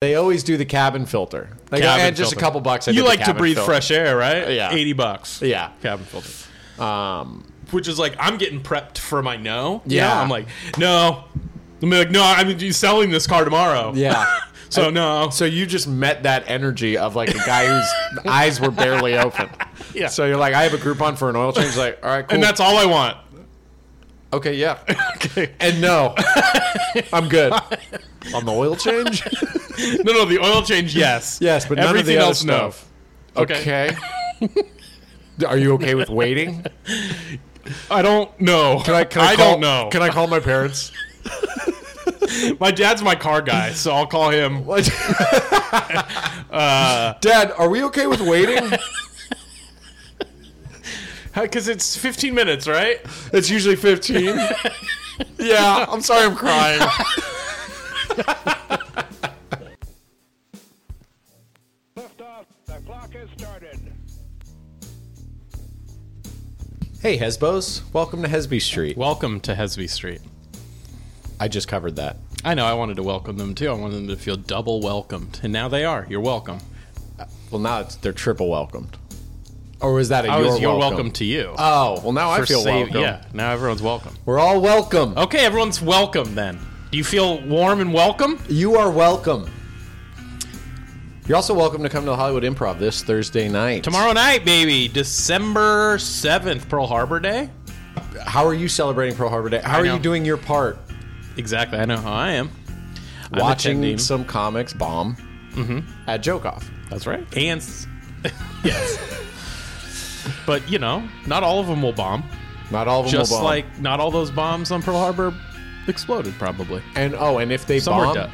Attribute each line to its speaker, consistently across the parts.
Speaker 1: They always do the cabin filter. Like,
Speaker 2: Cabin
Speaker 1: and just
Speaker 2: filter.
Speaker 1: a couple bucks. I
Speaker 2: you
Speaker 1: did the
Speaker 2: like to
Speaker 1: cabin
Speaker 2: breathe
Speaker 1: filter.
Speaker 2: fresh air, right?
Speaker 1: Yeah.
Speaker 2: 80 bucks.
Speaker 1: Yeah.
Speaker 2: Cabin filter.
Speaker 1: Um,
Speaker 2: which is like I'm getting prepped for my no. You
Speaker 1: Yeah.
Speaker 2: know, I'm like, no. I'm like, no, I'm selling this car tomorrow.
Speaker 1: yeah.
Speaker 2: So no.
Speaker 1: So you just met that energy of like a guy whose eyes were barely open.
Speaker 2: Yeah.
Speaker 1: So you're like, I have a Groupon for an oil change. Like, all right, cool.
Speaker 2: and that's all I want.
Speaker 1: okay, yeah.
Speaker 2: Okay.
Speaker 1: And no, I'm good on the oil change.
Speaker 2: No, no, the oil change, yes.
Speaker 1: Yes, but none of the
Speaker 2: Everything
Speaker 1: other
Speaker 2: else, no.
Speaker 1: stuff.
Speaker 2: Okay.
Speaker 1: Okay. Are you okay with waiting?
Speaker 2: I don't know.
Speaker 1: Can I, can I, call,
Speaker 2: don't know.
Speaker 1: Can I call my parents?
Speaker 2: my dad's my car guy, so I'll call him.
Speaker 1: What?
Speaker 2: Uh,
Speaker 1: Dad, are we okay with waiting?
Speaker 2: Because it's 15 minutes, right?
Speaker 1: It's usually 15. yeah, I'm sorry I'm crying.
Speaker 3: Lift off. The clock has started.
Speaker 1: Hey, Hesbos. Welcome to Hesby Street.
Speaker 2: Welcome to Hesby Street.
Speaker 1: I just covered that.
Speaker 2: I know, I wanted to welcome them too. I wanted them to feel double welcomed. And now they are. You're welcome.
Speaker 1: Well, now it's, they're triple welcomed. Or was that a
Speaker 2: I
Speaker 1: you're,
Speaker 2: was, Oh, you're
Speaker 1: welcome.
Speaker 2: welcome to you.
Speaker 1: Oh, well, now I
Speaker 2: for
Speaker 1: feel
Speaker 2: save-
Speaker 1: welcome.
Speaker 2: Yeah, Oh. now everyone's welcome.
Speaker 1: We're all welcome.
Speaker 2: Okay, everyone's welcome then. Do you feel warm and welcome?
Speaker 1: You are welcome. You're also welcome to come to the Hollywood Improv this Thursday night.
Speaker 2: Tomorrow night, baby, December 7th, Pearl Harbor Day.
Speaker 1: How are you celebrating Pearl Harbor Day? How
Speaker 2: I
Speaker 1: are
Speaker 2: know.
Speaker 1: you doing your part?
Speaker 2: Exactly, I know how I am. I'm
Speaker 1: Watching
Speaker 2: attending.
Speaker 1: some comics bomb at Joke Off.
Speaker 2: Mm-hmm. That's right. And s- yes. but, you know, not all of them will bomb.
Speaker 1: Not all of them
Speaker 2: Just
Speaker 1: will bomb.
Speaker 2: like not all those bombs on Pearl Harbor exploded, probably.
Speaker 1: and oh, and if they
Speaker 2: Some were
Speaker 1: bomb,
Speaker 2: dead.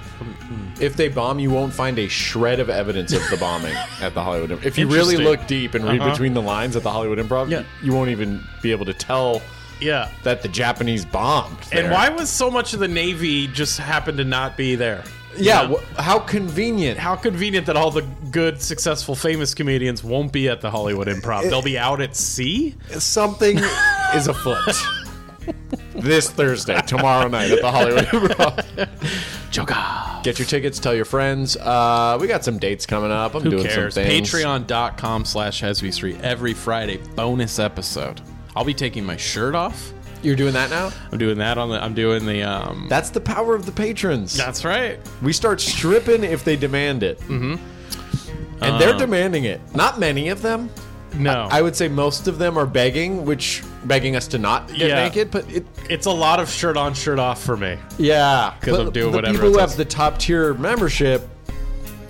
Speaker 1: if they bomb, you won't find a shred of evidence of the bombing at the Hollywood. Improv. If you really
Speaker 2: Interesting.
Speaker 1: look deep and read
Speaker 2: Uh-huh.
Speaker 1: between the lines at the Hollywood Improv,
Speaker 2: Yeah.
Speaker 1: you won't even be able to tell
Speaker 2: Yeah.
Speaker 1: that the Japanese bombed.
Speaker 2: And
Speaker 1: there.
Speaker 2: why was so much of the Navy just happened to not be there?
Speaker 1: Yeah,
Speaker 2: You know?
Speaker 1: wh- how convenient.
Speaker 2: How convenient that all the good, successful, famous comedians won't be at the Hollywood Improv. They'll be out at sea.
Speaker 1: something is afoot. this Thursday, tomorrow night at the Hollywood Improv.
Speaker 2: Joga.
Speaker 1: Get your tickets. Tell your friends. Uh, we got some dates coming up. I'm
Speaker 2: Who
Speaker 1: doing
Speaker 2: cares?
Speaker 1: some things.
Speaker 2: Patreon.com slash Hesby Street every Friday. Bonus episode. I'll be taking my shirt off.
Speaker 1: You're doing that now.
Speaker 2: I'm doing that on the. I'm doing the. um
Speaker 1: That's the power of the patrons.
Speaker 2: That's right.
Speaker 1: We start stripping if they demand it. Mm-hmm. And
Speaker 2: Um,
Speaker 1: they're demanding it. Not many of them.
Speaker 2: No,
Speaker 1: I would say most of them are begging, which begging us to not get
Speaker 2: Yeah.
Speaker 1: naked. But it,
Speaker 2: it's a lot of shirt on, shirt off for me.
Speaker 1: yeah,
Speaker 2: 'Cause
Speaker 1: But
Speaker 2: I'm doing
Speaker 1: the
Speaker 2: whatever
Speaker 1: people
Speaker 2: it
Speaker 1: who
Speaker 2: says.
Speaker 1: have the top tier membership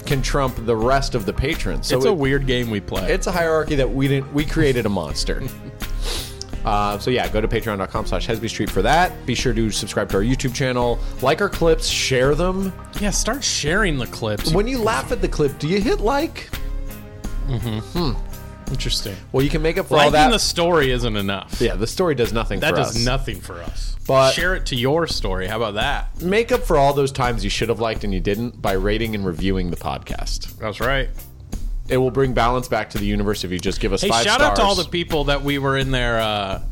Speaker 1: can trump the rest of the patrons. So
Speaker 2: it's a
Speaker 1: it-
Speaker 2: weird game we play.
Speaker 1: it's a hierarchy that we didn't we created a monster uh, so yeah go to patreon.com slash hesby street for that be sure to subscribe to our youtube channel like our clips share them
Speaker 2: yeah, start sharing the clips.
Speaker 1: when you laugh at the clip do you hit like
Speaker 2: Interesting.
Speaker 1: well you can make up for all
Speaker 2: Liking
Speaker 1: that
Speaker 2: the story isn't enough.
Speaker 1: yeah the story does nothing
Speaker 2: That
Speaker 1: for
Speaker 2: does
Speaker 1: us.
Speaker 2: nothing for us.
Speaker 1: But-
Speaker 2: share it to your story. How about that?
Speaker 1: make up for all those times you should have liked and you didn't by rating and reviewing the podcast
Speaker 2: That's right.
Speaker 1: it will bring balance back to the universe if you just give us
Speaker 2: Hey,
Speaker 1: five
Speaker 2: shout
Speaker 1: stars
Speaker 2: out to all the people that we were in their uh,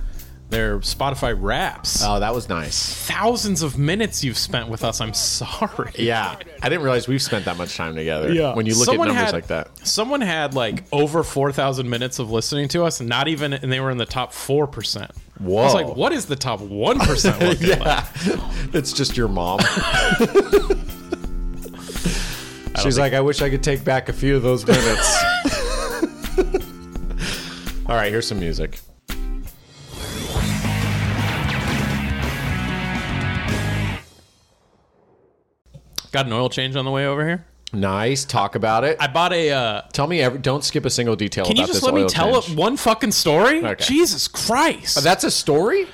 Speaker 2: their Spotify raps.
Speaker 1: oh that was nice
Speaker 2: Thousands of minutes you've spent with us. I'm sorry.
Speaker 1: yeah i didn't realize we've spent that much time together
Speaker 2: Yeah.
Speaker 1: when you look
Speaker 2: Someone
Speaker 1: at numbers
Speaker 2: had-
Speaker 1: like that
Speaker 2: Someone had like over 4,000 minutes of listening to us, and not even, and they were in the top 4%. I
Speaker 1: Whoa.
Speaker 2: was like, what is the top 1% looking like?
Speaker 1: yeah. It's just your mom. She's like, I wish I could take back a few of those minutes. All right, here's some music.
Speaker 2: Got an oil change on the way over here?
Speaker 1: Nice. Talk about it.
Speaker 2: I bought a, uh,
Speaker 1: tell me, every, don't skip a single detail
Speaker 2: can
Speaker 1: about
Speaker 2: you just
Speaker 1: this
Speaker 2: let me
Speaker 1: oil
Speaker 2: tell
Speaker 1: change.
Speaker 2: it one fucking story?
Speaker 1: Okay.
Speaker 2: Jesus Christ.
Speaker 1: That's a story?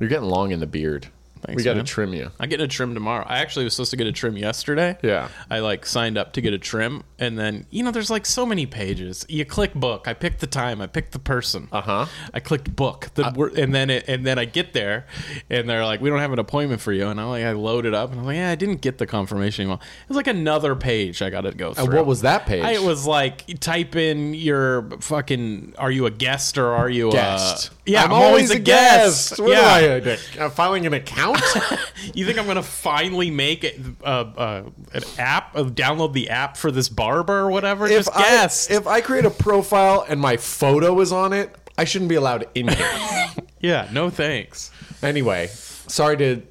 Speaker 1: You're getting long in the beard.
Speaker 2: Thanks,
Speaker 1: we got to
Speaker 2: man.
Speaker 1: trim you.
Speaker 2: I'm getting a trim tomorrow. I actually was supposed to get a trim yesterday.
Speaker 1: Yeah.
Speaker 2: I like signed up to get a trim and then you know there's like so many pages. You click book. I picked the time. I picked the person.
Speaker 1: Uh-huh.
Speaker 2: I clicked book. The wor- and then it, and then I get there and they're like we don't have an appointment for you and I like I load it up and I'm like yeah I didn't get the confirmation email. It was like another page I got to go through.
Speaker 1: Uh, what was that page?
Speaker 2: uh, I, it was like you type in your fucking are you a guest or are you
Speaker 1: Guest.
Speaker 2: a Yeah, I'm, always, a guest.
Speaker 1: What
Speaker 2: yeah.
Speaker 1: am I, a- uh, filing an account?
Speaker 2: You think I'm gonna finally make it, uh, uh, an app, uh, download the app for this barber or whatever? Just
Speaker 1: I-
Speaker 2: guest.
Speaker 1: if I create a profile and my photo is on it, I shouldn't be allowed in here.
Speaker 2: yeah, no thanks.
Speaker 1: anyway, sorry to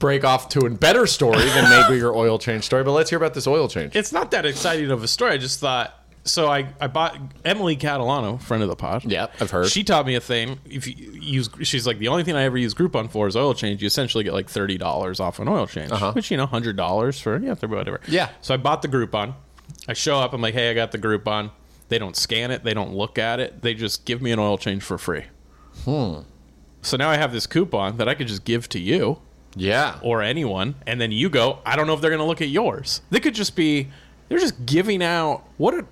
Speaker 1: break off to a better story than maybe your oil change story, but let's hear about this oil change.
Speaker 2: It's not that exciting of a story. I just thought. So I, I bought Emily Catalano, friend of the pod.
Speaker 1: Yep, I've heard.
Speaker 2: She taught me a thing. If you use, she's like the only thing I ever use Groupon for is oil change. You essentially get like thirty dollars off an oil change, which you know hundred dollars for yeah, for whatever.
Speaker 1: Uh-huh. Yeah.
Speaker 2: So I bought the Groupon. I show up. I'm like, hey, I got the Groupon. They don't scan it. They don't look at it. They just give me an oil change for free. Hmm. So now I have this coupon that I could just give to you
Speaker 1: yeah.
Speaker 2: or anyone, and then you go, I don't know if they're going to look at yours. They could just be, they're just giving out, what are,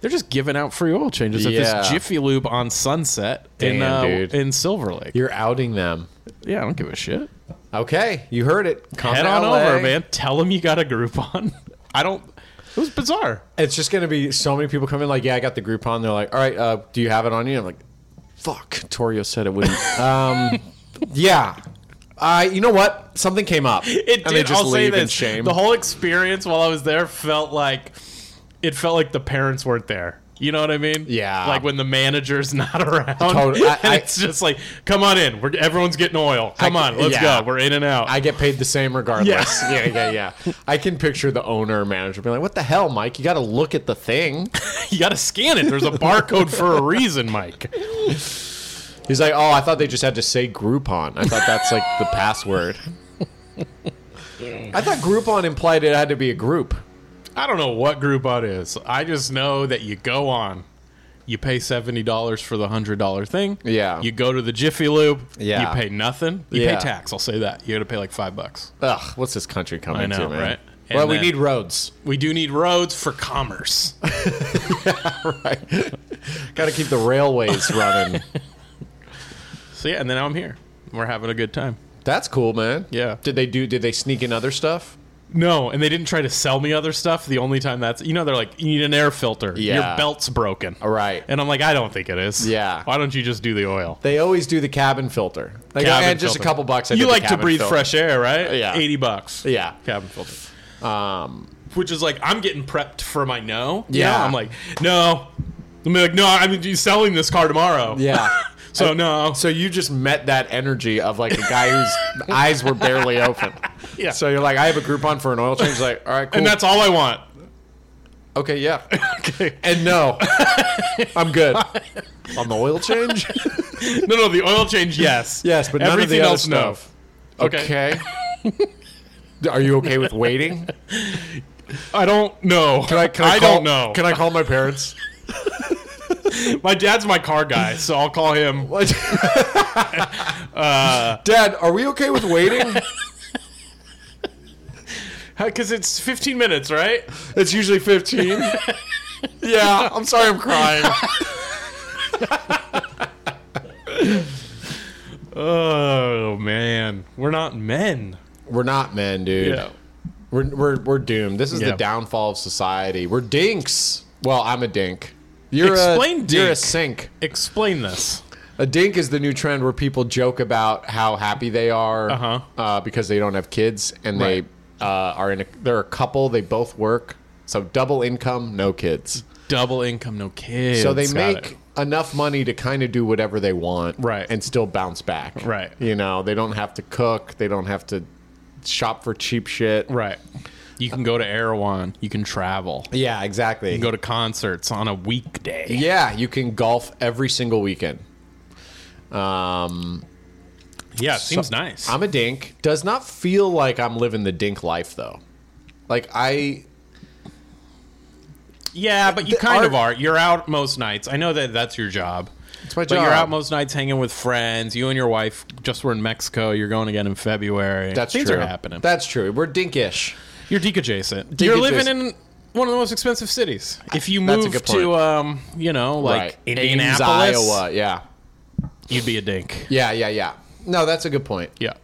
Speaker 2: they're just giving out free oil changes at
Speaker 1: Yeah.
Speaker 2: this Jiffy Lube on Sunset in,
Speaker 1: Damn,
Speaker 2: uh,
Speaker 1: dude.
Speaker 2: in Silver Lake.
Speaker 1: You're outing them.
Speaker 2: yeah, I don't give a shit.
Speaker 1: Okay, you heard it. Come
Speaker 2: Head
Speaker 1: to
Speaker 2: on
Speaker 1: LA.
Speaker 2: over, man. Tell them you got a Groupon. I don't, it was bizarre.
Speaker 1: It's just going to be so many people come in like, yeah, I got the Groupon. They're like, all right, uh, do you have it on you? I'm like, fuck, Torio said it wouldn't. um, yeah. Uh, you know what? Something came up.
Speaker 2: It did.
Speaker 1: And they just
Speaker 2: I'll
Speaker 1: leave
Speaker 2: say this.
Speaker 1: in shame.
Speaker 2: The whole experience while I was there felt like it felt like the parents weren't there. You know what I mean?
Speaker 1: Yeah.
Speaker 2: Like when the manager's not around,
Speaker 1: Totally. I-
Speaker 2: and
Speaker 1: I-
Speaker 2: it's just like, come on in. We're everyone's getting oil. Come
Speaker 1: I-
Speaker 2: on, let's
Speaker 1: yeah.
Speaker 2: go. We're in and out.
Speaker 1: I get paid the same regardless.
Speaker 2: Yeah.
Speaker 1: Yeah, yeah, yeah, I can picture the owner or manager being like, "What the hell, Mike? You got to look at the thing."
Speaker 2: you got to scan it. There's a barcode for a reason, Mike.
Speaker 1: He's like, "Oh, I thought they just had to say Groupon. I thought that's like the password." I thought Groupon implied it had to be a group.
Speaker 2: I don't know what Groupon is. I just know that you go on. You pay seventy dollars for the hundred dollar thing.
Speaker 1: Yeah.
Speaker 2: You go to the Jiffy Lube.
Speaker 1: Yeah.
Speaker 2: You pay nothing. You
Speaker 1: Yeah.
Speaker 2: pay tax. I'll say that. You got to pay like five bucks.
Speaker 1: Ugh, what's this country coming
Speaker 2: I know,
Speaker 1: to, man?
Speaker 2: right?
Speaker 1: Well,
Speaker 2: And
Speaker 1: we
Speaker 2: then-
Speaker 1: need roads.
Speaker 2: We do need roads for commerce.
Speaker 1: Got to keep the railways running.
Speaker 2: so yeah, and then I'm here. We're having a good time.
Speaker 1: That's cool, man.
Speaker 2: Yeah.
Speaker 1: Did they do? Did they sneak in other stuff?
Speaker 2: No, and they didn't try to sell me other stuff. The only time that's you know they're like, you need an air filter.
Speaker 1: Yeah.
Speaker 2: Your belt's broken.
Speaker 1: All right.
Speaker 2: And I'm like, I don't think it is.
Speaker 1: Yeah.
Speaker 2: Why don't you just do the oil?
Speaker 1: They always do the cabin filter. Like,
Speaker 2: Cabin
Speaker 1: and just a
Speaker 2: filter.
Speaker 1: couple bucks. I did
Speaker 2: you
Speaker 1: the
Speaker 2: like to
Speaker 1: cabin
Speaker 2: breathe
Speaker 1: filter.
Speaker 2: fresh air, right?
Speaker 1: Yeah.
Speaker 2: Eighty bucks.
Speaker 1: Yeah.
Speaker 2: Cabin filter.
Speaker 1: Um,
Speaker 2: Which is like I'm getting prepped for my no. You
Speaker 1: Yeah.
Speaker 2: know, I'm like, no. I'm like, no, I'm selling this car tomorrow.
Speaker 1: Yeah.
Speaker 2: So no.
Speaker 1: So you just met that energy of like a guy whose eyes were barely open.
Speaker 2: Yeah.
Speaker 1: So you're like, I have a Groupon for an oil change. Like, all right, cool.
Speaker 2: and that's all I want.
Speaker 1: okay, yeah.
Speaker 2: Okay.
Speaker 1: And no, I'm good on the oil change.
Speaker 2: No, no, the oil change, yes.
Speaker 1: Yes, but none of the
Speaker 2: everything
Speaker 1: other
Speaker 2: else, no.
Speaker 1: stuff.
Speaker 2: Okay.
Speaker 1: Okay. Are you okay with waiting?
Speaker 2: I don't know.
Speaker 1: Can I, can I, call,
Speaker 2: don't know.
Speaker 1: Can I call my parents?
Speaker 2: my dad's my car guy, so I'll call him.
Speaker 1: What? Dad, are we okay with waiting?
Speaker 2: Because Uh, it's 15 minutes, right?
Speaker 1: It's usually 15. yeah, I'm sorry I'm crying.
Speaker 2: Oh, man. We're not men.
Speaker 1: We're not men, dude.
Speaker 2: Yeah.
Speaker 1: We're, we're, we're doomed. This is
Speaker 2: Yeah.
Speaker 1: the downfall of society. We're dinks. Well, I'm a dink. You're a,
Speaker 2: Explain
Speaker 1: You're a
Speaker 2: dink.
Speaker 1: sink.
Speaker 2: Explain this.
Speaker 1: A dink is the new trend where people joke about how happy they are
Speaker 2: Uh-huh.
Speaker 1: uh, because they don't have kids and
Speaker 2: Right.
Speaker 1: they uh, are in a they're a couple. They both work, so double income, no kids.
Speaker 2: Double income, no kids.
Speaker 1: so they
Speaker 2: Got
Speaker 1: make
Speaker 2: it.
Speaker 1: enough money to kind of do whatever they want,
Speaker 2: Right.
Speaker 1: and still bounce back,
Speaker 2: Right.
Speaker 1: You know, they don't have to cook. They don't have to shop for cheap shit.
Speaker 2: Right. You can go to Erewhon. You can travel. You
Speaker 1: Yeah, exactly.
Speaker 2: can go to concerts on a weekday.
Speaker 1: Yeah, you can golf every single weekend. Um,
Speaker 2: Yeah, it seems nice.
Speaker 1: I'm a dink. Does not feel like I'm living the dink life though. Like I,
Speaker 2: Yeah, but you kind
Speaker 1: are-
Speaker 2: of are. You're out most nights. I know that that's your job.
Speaker 1: It's my
Speaker 2: but You're
Speaker 1: job.
Speaker 2: out most nights hanging with friends. You and your wife just were in Mexico. You're going again in February.
Speaker 1: that's
Speaker 2: Things
Speaker 1: true.
Speaker 2: are happening.
Speaker 1: That's true. We're dinkish.
Speaker 2: you're deke adjacent.
Speaker 1: Deke
Speaker 2: you're living
Speaker 1: adjacent.
Speaker 2: in one of the most expensive cities. If you
Speaker 1: That's a
Speaker 2: move
Speaker 1: good point.
Speaker 2: to, um, you know, like
Speaker 1: right.
Speaker 2: Indianapolis,
Speaker 1: Ames, Iowa. Yeah.
Speaker 2: you'd be a dink.
Speaker 1: Yeah. Yeah. Yeah. No, that's a good point.
Speaker 2: Yeah.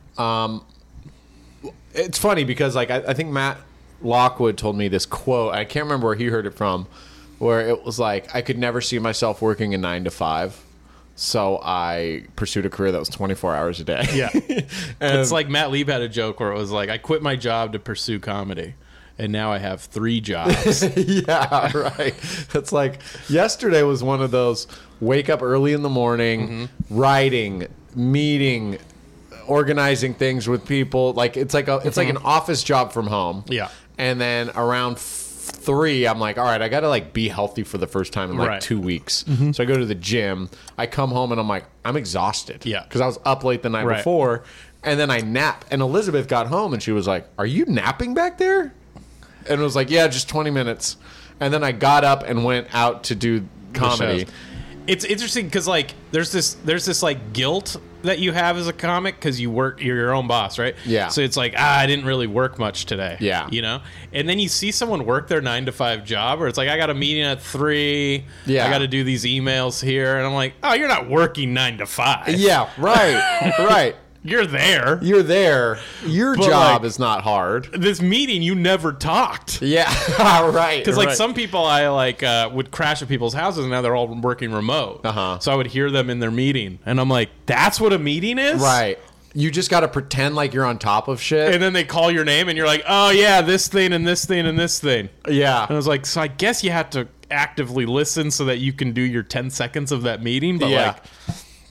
Speaker 1: It's funny because like I, I think Matt Lockwood told me this quote. I can't remember where he heard it from, where it was like I could never see myself working a nine to five. So I pursued a career that was 24 hours a day.
Speaker 4: Yeah.
Speaker 2: it's like Matt Lieb had a joke where it was like, I quit my job to pursue comedy, and now I have three jobs.
Speaker 1: yeah, right. It's like yesterday was one of those wake up early in the morning,
Speaker 2: Mm-hmm.
Speaker 1: writing, meeting, organizing things with people. Like it's like a it's like an office job from home.
Speaker 2: Mm-hmm. Yeah.
Speaker 1: And then around f- three, I'm like, all right, I gotta like be healthy for the first time in like
Speaker 2: Right. Mm-hmm.
Speaker 1: two weeks. So I go to the gym. I come home and I'm like, I'm exhausted.
Speaker 2: Yeah.
Speaker 1: Because I was up late the night
Speaker 2: Right.
Speaker 1: before. And then I nap, and Elizabeth got home, and she was like, "Are you napping back there?" and was like, "Yeah, just 20 minutes." And then I got up and went out to do comedy.
Speaker 2: it's interesting because like there's this there's this like guilt that you have as a comic because you work you're your own boss right
Speaker 1: Yeah.
Speaker 2: so it's like ah, i didn't really work much today
Speaker 1: Yeah.
Speaker 2: you know and then you see someone work their nine to five job or it's like i got a meeting at three
Speaker 1: Yeah.
Speaker 2: i got to do these emails here and i'm like oh you're not working nine to five
Speaker 1: Yeah, right, right.
Speaker 2: you're there
Speaker 1: You're there. Your
Speaker 2: But,
Speaker 1: job
Speaker 2: like-
Speaker 1: is not hard.
Speaker 2: this meeting you never talked
Speaker 1: Yeah, right.
Speaker 2: Because like
Speaker 1: right.
Speaker 2: some people, I like uh, would crash at people's houses, and now they're all working remote.
Speaker 1: Uh-huh.
Speaker 2: So I would hear them in their meeting, and I'm like, "That's what a meeting is,
Speaker 1: right. You just got to pretend like you're on top of shit.
Speaker 2: And then they call your name, and you're like, "Oh yeah, this thing and this thing and this thing."
Speaker 1: yeah.
Speaker 2: And I was like, "So I guess you have to actively listen so that you can do your 10 seconds of that meeting." But
Speaker 1: Yeah.
Speaker 2: like,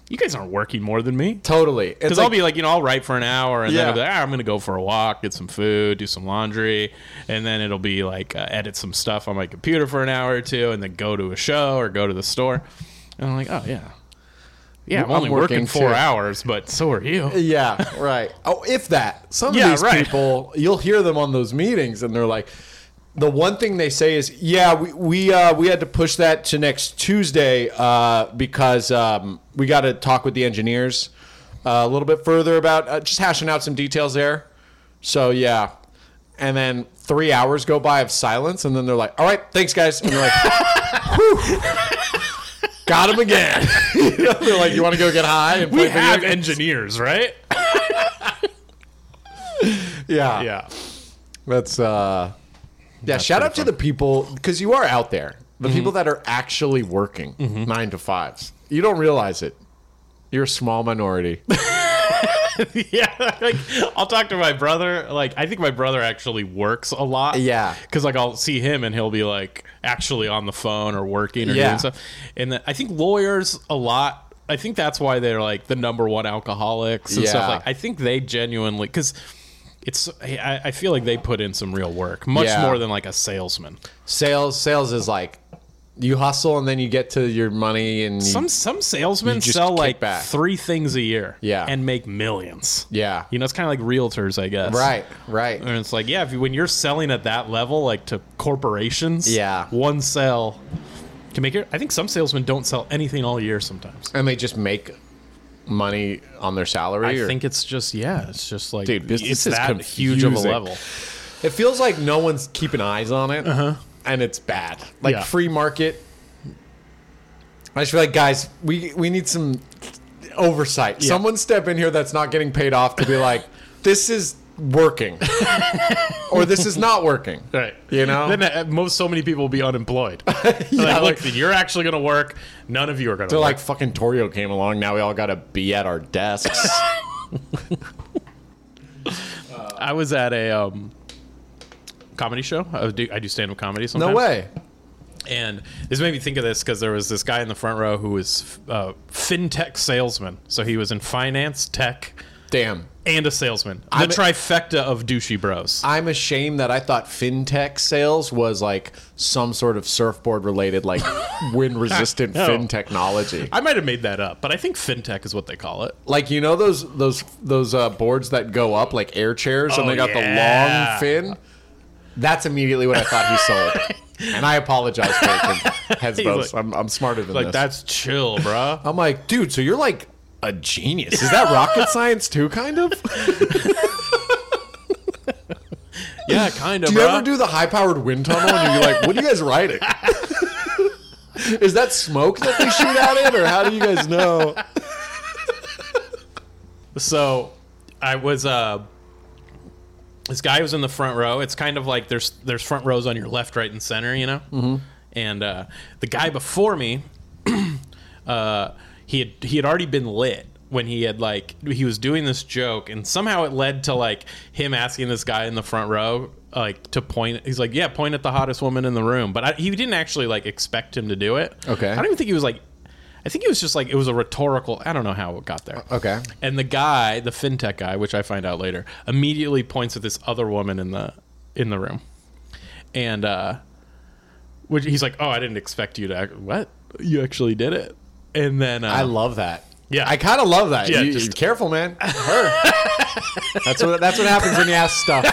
Speaker 2: you guys aren't working more than me.
Speaker 1: Totally. It's
Speaker 2: Because I'll be like, you know, I'll write for an hour, and then
Speaker 1: Yeah.
Speaker 2: I'll be like, ah, I'm gonna go for a walk, get some food, do some laundry, and then it'll be like uh, edit some stuff on my computer for an hour or two, and then go to a show or go to the store. And I'm like, oh yeah, yeah, I'm,
Speaker 1: I'm
Speaker 2: only working,
Speaker 1: working,
Speaker 2: four
Speaker 1: too.
Speaker 2: hours, but so are you.
Speaker 1: Yeah, right. Oh, if that. Some
Speaker 2: Yeah,
Speaker 1: of these
Speaker 2: right.
Speaker 1: people, you'll hear them on those meetings, and they're like, the one thing they say is, "Yeah, we we uh, we had to push that to next Tuesday uh, because um, we got to talk with the engineers uh, a little bit further about uh, just hashing out some details there." So yeah, and then three hours go by of silence, and then they're like, "All right, thanks, guys." And you're like, "Whew. "Got him again." You know, they're like, "You want to go get high?" And
Speaker 2: We
Speaker 1: play video
Speaker 2: have
Speaker 1: games?"
Speaker 2: engineers, right?
Speaker 1: yeah,
Speaker 2: Yeah,
Speaker 1: That's uh yeah, shout out to the people because you are out there. The people
Speaker 2: Mm-hmm.
Speaker 1: that are actually working 9 to 5s. You don't realize it. You're a small minority.
Speaker 2: yeah. Like, I'll talk to my brother. Like, I think my brother actually works a lot.
Speaker 1: Yeah.
Speaker 2: Because like I'll see him and he'll be like actually on the phone or working or
Speaker 1: Yeah.
Speaker 2: doing stuff. And then I think lawyers a lot. I think that's why they're like the number one alcoholics and
Speaker 1: Yeah.
Speaker 2: stuff. Like I think they genuinely because. It's. I, I feel like they put in some real work, much
Speaker 1: Yeah.
Speaker 2: more than like a salesman.
Speaker 1: sales sales is like you hustle and then you get to your money and you,
Speaker 2: Some some salesmen
Speaker 1: You just
Speaker 2: sell
Speaker 1: kick
Speaker 2: like
Speaker 1: back.
Speaker 2: three things a year,
Speaker 1: Yeah.
Speaker 2: and make millions.
Speaker 1: yeah.
Speaker 2: you know, it's kind of like realtors, I guess.
Speaker 1: right, right.
Speaker 2: And it's like, yeah, if you, when you're selling at that level, like to corporations,
Speaker 1: Yeah.
Speaker 2: one sale can make it. I think some salesmen don't sell anything all year sometimes.
Speaker 1: And they just make money on their salary
Speaker 2: I
Speaker 1: or
Speaker 2: think it's just yeah, it's just like
Speaker 1: Dude, business
Speaker 2: it's
Speaker 1: is
Speaker 2: that huge of a
Speaker 1: confusing.
Speaker 2: level.
Speaker 1: It feels like no one's keeping eyes on it, and it's bad. Like
Speaker 2: Uh-huh. Yeah.
Speaker 1: free market. I just feel like, guys, we we need some oversight. Someone step in here that's not getting paid off to be like, this is working, or this is not working.
Speaker 2: Right.
Speaker 1: You know?
Speaker 2: Then uh, most so many people will be unemployed. Like, look,
Speaker 1: like-
Speaker 2: you're actually going to work. None of you are going to
Speaker 1: They're
Speaker 2: work.
Speaker 1: like, fucking Torio came along. Now we all got to be at our desks.
Speaker 2: I was at a um, comedy show. I do I do stand up comedy sometimes.
Speaker 1: no way.
Speaker 2: And this made me think of this because there was this guy in the front row who was uh, fintech salesman. So he was in finance, tech,
Speaker 1: Damn.
Speaker 2: and a salesman. The
Speaker 1: I'm-
Speaker 2: trifecta of douchey bros.
Speaker 1: I'm ashamed that I thought fintech sales was like some sort of surfboard related, like wind resistant
Speaker 2: No.
Speaker 1: fin technology.
Speaker 2: I might have made that up, but I think fintech is what they call it.
Speaker 1: Like you know those those those uh, boards that go up like air chairs,
Speaker 2: Oh,
Speaker 1: and they got
Speaker 2: yeah.
Speaker 1: the long fin. That's immediately what I thought he sold, and I apologize for it,
Speaker 2: He's
Speaker 1: Hezbos.
Speaker 2: like-
Speaker 1: I'm, I'm smarter than
Speaker 2: Like
Speaker 1: this.
Speaker 2: that's chill, bro.
Speaker 1: I'm like, dude, so you're like a genius. Is that rocket science too? Kind of.
Speaker 2: yeah, kind of.
Speaker 1: Do you
Speaker 2: bro.
Speaker 1: ever do the high powered wind tunnel and you're like, what are you guys riding? Is that smoke that they shoot out in, or how do you guys know?
Speaker 2: So I was uh this guy was in the front row. It's kind of like there's there's front rows on your left, right, and center, you know. Mm-hmm. And uh, the guy before me, uh, he had he had already been lit when he had like he was doing this joke and somehow it led to like him asking this guy in the front row like to point he's like yeah point at the hottest woman in the room but I, he didn't actually like expect him to do it
Speaker 1: Okay.
Speaker 2: i don't even think he was like i think it was just like it was a rhetorical i don't know how it got there
Speaker 1: Okay.
Speaker 2: and the guy the fintech guy which i find out later immediately points at this other woman in the in the room and uh which he's like oh i didn't expect you to act what you actually did it and then uh,
Speaker 1: I love that.
Speaker 2: Yeah.
Speaker 1: I kind of love that.
Speaker 2: Yeah,
Speaker 1: you,
Speaker 2: just-
Speaker 1: you- careful, man. Her. that's what that's what happens when you ask stuff.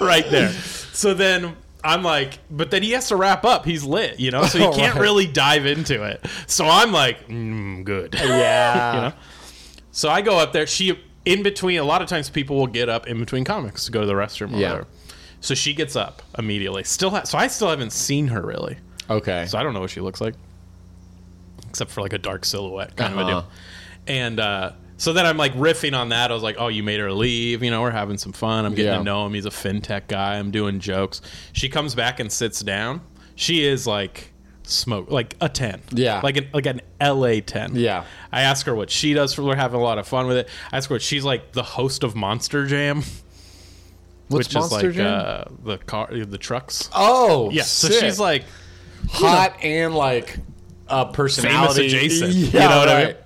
Speaker 2: right there. So then I'm like, but then he has to wrap up. He's lit, you know, so he
Speaker 1: All
Speaker 2: can't
Speaker 1: Oh, right.
Speaker 2: really dive into it. So I'm like, mm, good.
Speaker 1: Yeah.
Speaker 2: You know? So I go up there. She in between. A lot of times people will get up in between comics to go to the restroom. Or
Speaker 1: Yeah.
Speaker 2: whatever. So she gets up immediately. Still, ha- so I still haven't seen her really.
Speaker 1: Okay.
Speaker 2: So I don't know what she looks like, except for like a dark silhouette kind of a
Speaker 1: Uh-huh.
Speaker 2: deal. And uh, so then I'm like riffing on that. I was like, "Oh, you made her leave. You know, we're having some fun. I'm getting
Speaker 1: Yeah.
Speaker 2: to know him. He's a fintech guy. I'm doing jokes." She comes back and sits down. She is like smoke, like a ten.
Speaker 1: Yeah.
Speaker 2: like an like an LA ten.
Speaker 1: Yeah.
Speaker 2: I ask her what she does for. We're having a lot of fun with it. I ask her what she's like the host of Monster Jam,
Speaker 1: What's
Speaker 2: which
Speaker 1: Monster
Speaker 2: is like
Speaker 1: Jam?
Speaker 2: uh, the car, the trucks.
Speaker 1: oh,
Speaker 2: yeah. So
Speaker 1: sick.
Speaker 2: she's like
Speaker 1: hot and like a personality
Speaker 2: adjacent. You know what I mean?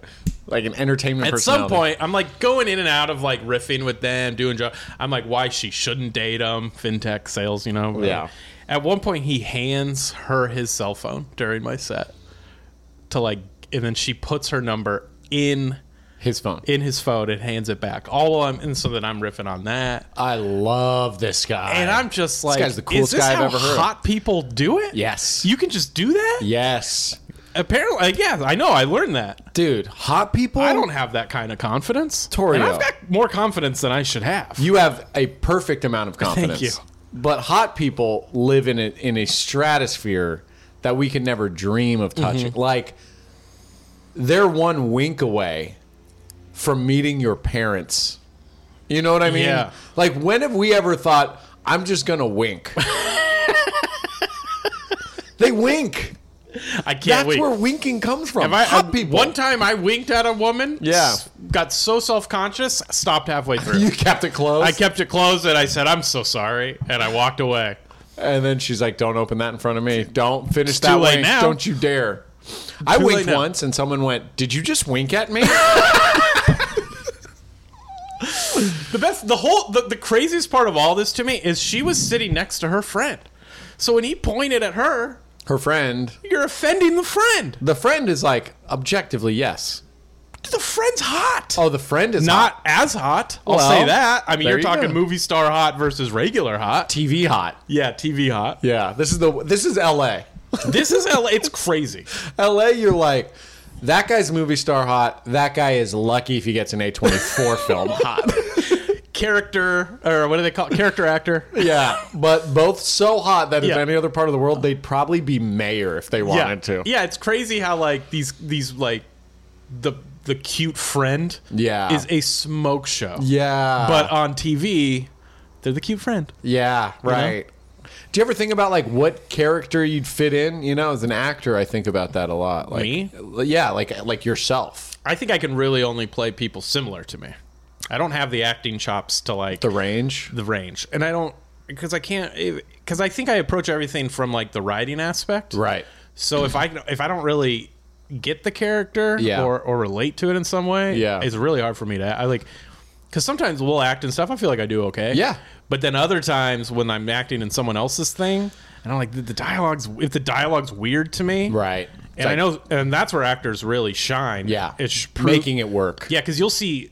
Speaker 1: Like an entertainment.
Speaker 2: At some
Speaker 1: personality.
Speaker 2: point, I'm like going in and out of like riffing with them, doing jokes. I'm like, why she shouldn't date him? Fintech sales, you know. whatever.
Speaker 1: Yeah.
Speaker 2: At one point, he hands her his cell phone during my set to like, and then she puts her number in
Speaker 1: his phone.
Speaker 2: in his phone and hands it back. All while I'm and so then I'm riffing on that,
Speaker 1: I love this guy.
Speaker 2: and I'm just like,
Speaker 1: guy's the coolest
Speaker 2: is this
Speaker 1: guy I've
Speaker 2: how
Speaker 1: ever heard of."
Speaker 2: Hot people do it.
Speaker 1: Yes.
Speaker 2: you can just do that.
Speaker 1: yes,
Speaker 2: Apparently, like, yeah, I know. I learned that.
Speaker 1: dude. Hot people.
Speaker 2: I don't have that kind of confidence.
Speaker 1: Torio.
Speaker 2: And I've got more confidence than I should have.
Speaker 1: You have a perfect amount of confidence.
Speaker 2: you.
Speaker 1: But hot people live in a, in a stratosphere that we can never dream
Speaker 2: Mm-hmm.
Speaker 1: of touching. Like they're one wink away from meeting your parents. You know what I mean?
Speaker 2: Yeah.
Speaker 1: Like when have we ever thought I'm just going to wink? they wink.
Speaker 2: I can't
Speaker 1: That's
Speaker 2: wait.
Speaker 1: where winking comes from.
Speaker 2: Have I-
Speaker 1: hot
Speaker 2: I-
Speaker 1: people.
Speaker 2: One time I winked at a woman.
Speaker 1: Yeah.
Speaker 2: s- Got so self conscious, stopped halfway through.
Speaker 1: you kept it closed.
Speaker 2: I kept it closed and I said, I'm so sorry. And I walked away.
Speaker 1: And then she's like, "Don't open that in front of me. Don't finish
Speaker 2: It's
Speaker 1: that
Speaker 2: too late
Speaker 1: wink.
Speaker 2: now."
Speaker 1: Don't you dare." I
Speaker 2: Too late
Speaker 1: winked
Speaker 2: now.
Speaker 1: once, and someone went, "Did you just wink at me?"
Speaker 2: The best, the whole, the, the craziest part of all this to me is she was sitting next to her friend. So when he pointed at her,
Speaker 1: Her friend,
Speaker 2: you're offending the friend.
Speaker 1: the friend is like, objectively, yes.
Speaker 2: The friend's hot.
Speaker 1: Oh, the friend is
Speaker 2: Not
Speaker 1: hot.
Speaker 2: as hot. I'll
Speaker 1: Well,
Speaker 2: say that. I mean,
Speaker 1: there
Speaker 2: you're
Speaker 1: you
Speaker 2: talking
Speaker 1: go.
Speaker 2: movie star hot versus regular hot.
Speaker 1: TV hot.
Speaker 2: Yeah, TV hot.
Speaker 1: Yeah, this is the this is LA.
Speaker 2: This is LA. It's crazy.
Speaker 1: LA, you're like, that guy's movie star hot. That guy is lucky if he gets an A24 film hot.
Speaker 2: Character, or what do they call it? Character actor.
Speaker 1: Yeah, but both so hot that
Speaker 2: Yeah.
Speaker 1: in any other part of the world they'd probably be mayor if they
Speaker 2: Yeah.
Speaker 1: wanted to.
Speaker 2: Yeah, it's crazy how like these these like the the cute friend
Speaker 1: Yeah.
Speaker 2: is a smoke show.
Speaker 1: Yeah.
Speaker 2: But on TV, they're the cute friend.
Speaker 1: Yeah, right. Do you ever think about like what character you'd fit in? You know, as an actor, I think about that a lot. Like,
Speaker 2: Me?
Speaker 1: Yeah, like like yourself,
Speaker 2: I think I can really only play people similar to me. I don't have the acting chops to like
Speaker 1: the range.
Speaker 2: the range. And I don't because I can't because I think I approach everything from like the writing aspect.
Speaker 1: Right.
Speaker 2: So if I if I don't really get the character
Speaker 1: Yeah.
Speaker 2: or or relate to it in some way,
Speaker 1: Yeah.
Speaker 2: it's really hard for me to I like because sometimes we'll act and stuff. I feel like I do okay.
Speaker 1: Yeah.
Speaker 2: But then other times when I'm acting in someone else's thing, and I'm like the, the dialogue's if the dialogue's weird to me,
Speaker 1: Right.
Speaker 2: And I know, and that's where actors really shine.
Speaker 1: Yeah,
Speaker 2: it's pro-
Speaker 1: making it work.
Speaker 2: yeah, because you'll see,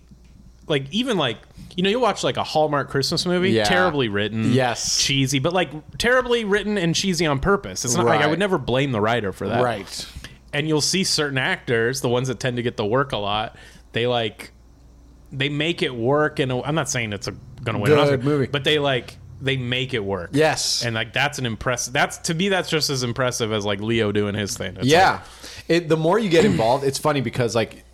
Speaker 2: like, even like, you know, you'll watch like a Hallmark Christmas movie,
Speaker 1: Yeah.
Speaker 2: terribly written,
Speaker 1: Yes.
Speaker 2: cheesy, but like terribly written and cheesy on purpose. It's not like I
Speaker 1: Right.
Speaker 2: would never blame the writer for that,
Speaker 1: Right.
Speaker 2: And you'll see certain actors, the ones that tend to get the work a lot, they like, they make it work. And I'm not saying it's a gonna win an
Speaker 1: Good
Speaker 2: Oscar,
Speaker 1: movie.
Speaker 2: but they like they make it work.
Speaker 1: Yes.
Speaker 2: and like that's an impressive. That's to me, that's just as impressive as like Leo doing his thing. It's
Speaker 1: yeah. It, the more you get involved, it's funny because like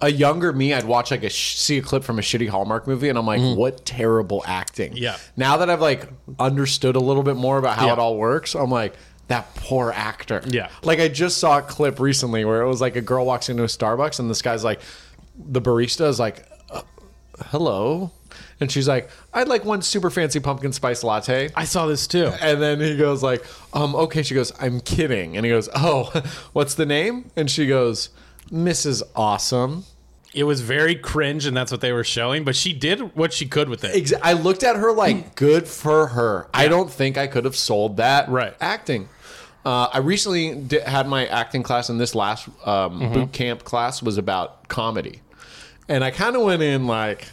Speaker 1: a younger me, I'd watch like a sh- see a clip from a shitty Hallmark movie, and I'm like, what terrible acting.
Speaker 2: Mm-hmm. Yeah.
Speaker 1: Now that I've like understood a little bit more about how
Speaker 2: Yeah.
Speaker 1: it all works, I'm like, That poor actor.
Speaker 2: Yeah.
Speaker 1: Like I just saw a clip recently where it was like a girl walks into a Starbucks and this guy's like, the barista is like, uh, hello. And she's like, I'd like one super fancy pumpkin spice latte.
Speaker 2: I saw this too.
Speaker 1: And then he goes like, um, okay. She goes, I'm kidding. And he goes, oh, what's the name? And she goes, Mrs. Awesome.
Speaker 2: It was very cringe, and that's what they were showing. But she did what she could with it.
Speaker 1: Ex- I looked at her like, Mm. good for her. I don't think I could have sold that
Speaker 2: Right.
Speaker 1: acting. Uh, I recently di had my acting class, and this last um, boot camp class was about comedy. And I kind of went in like,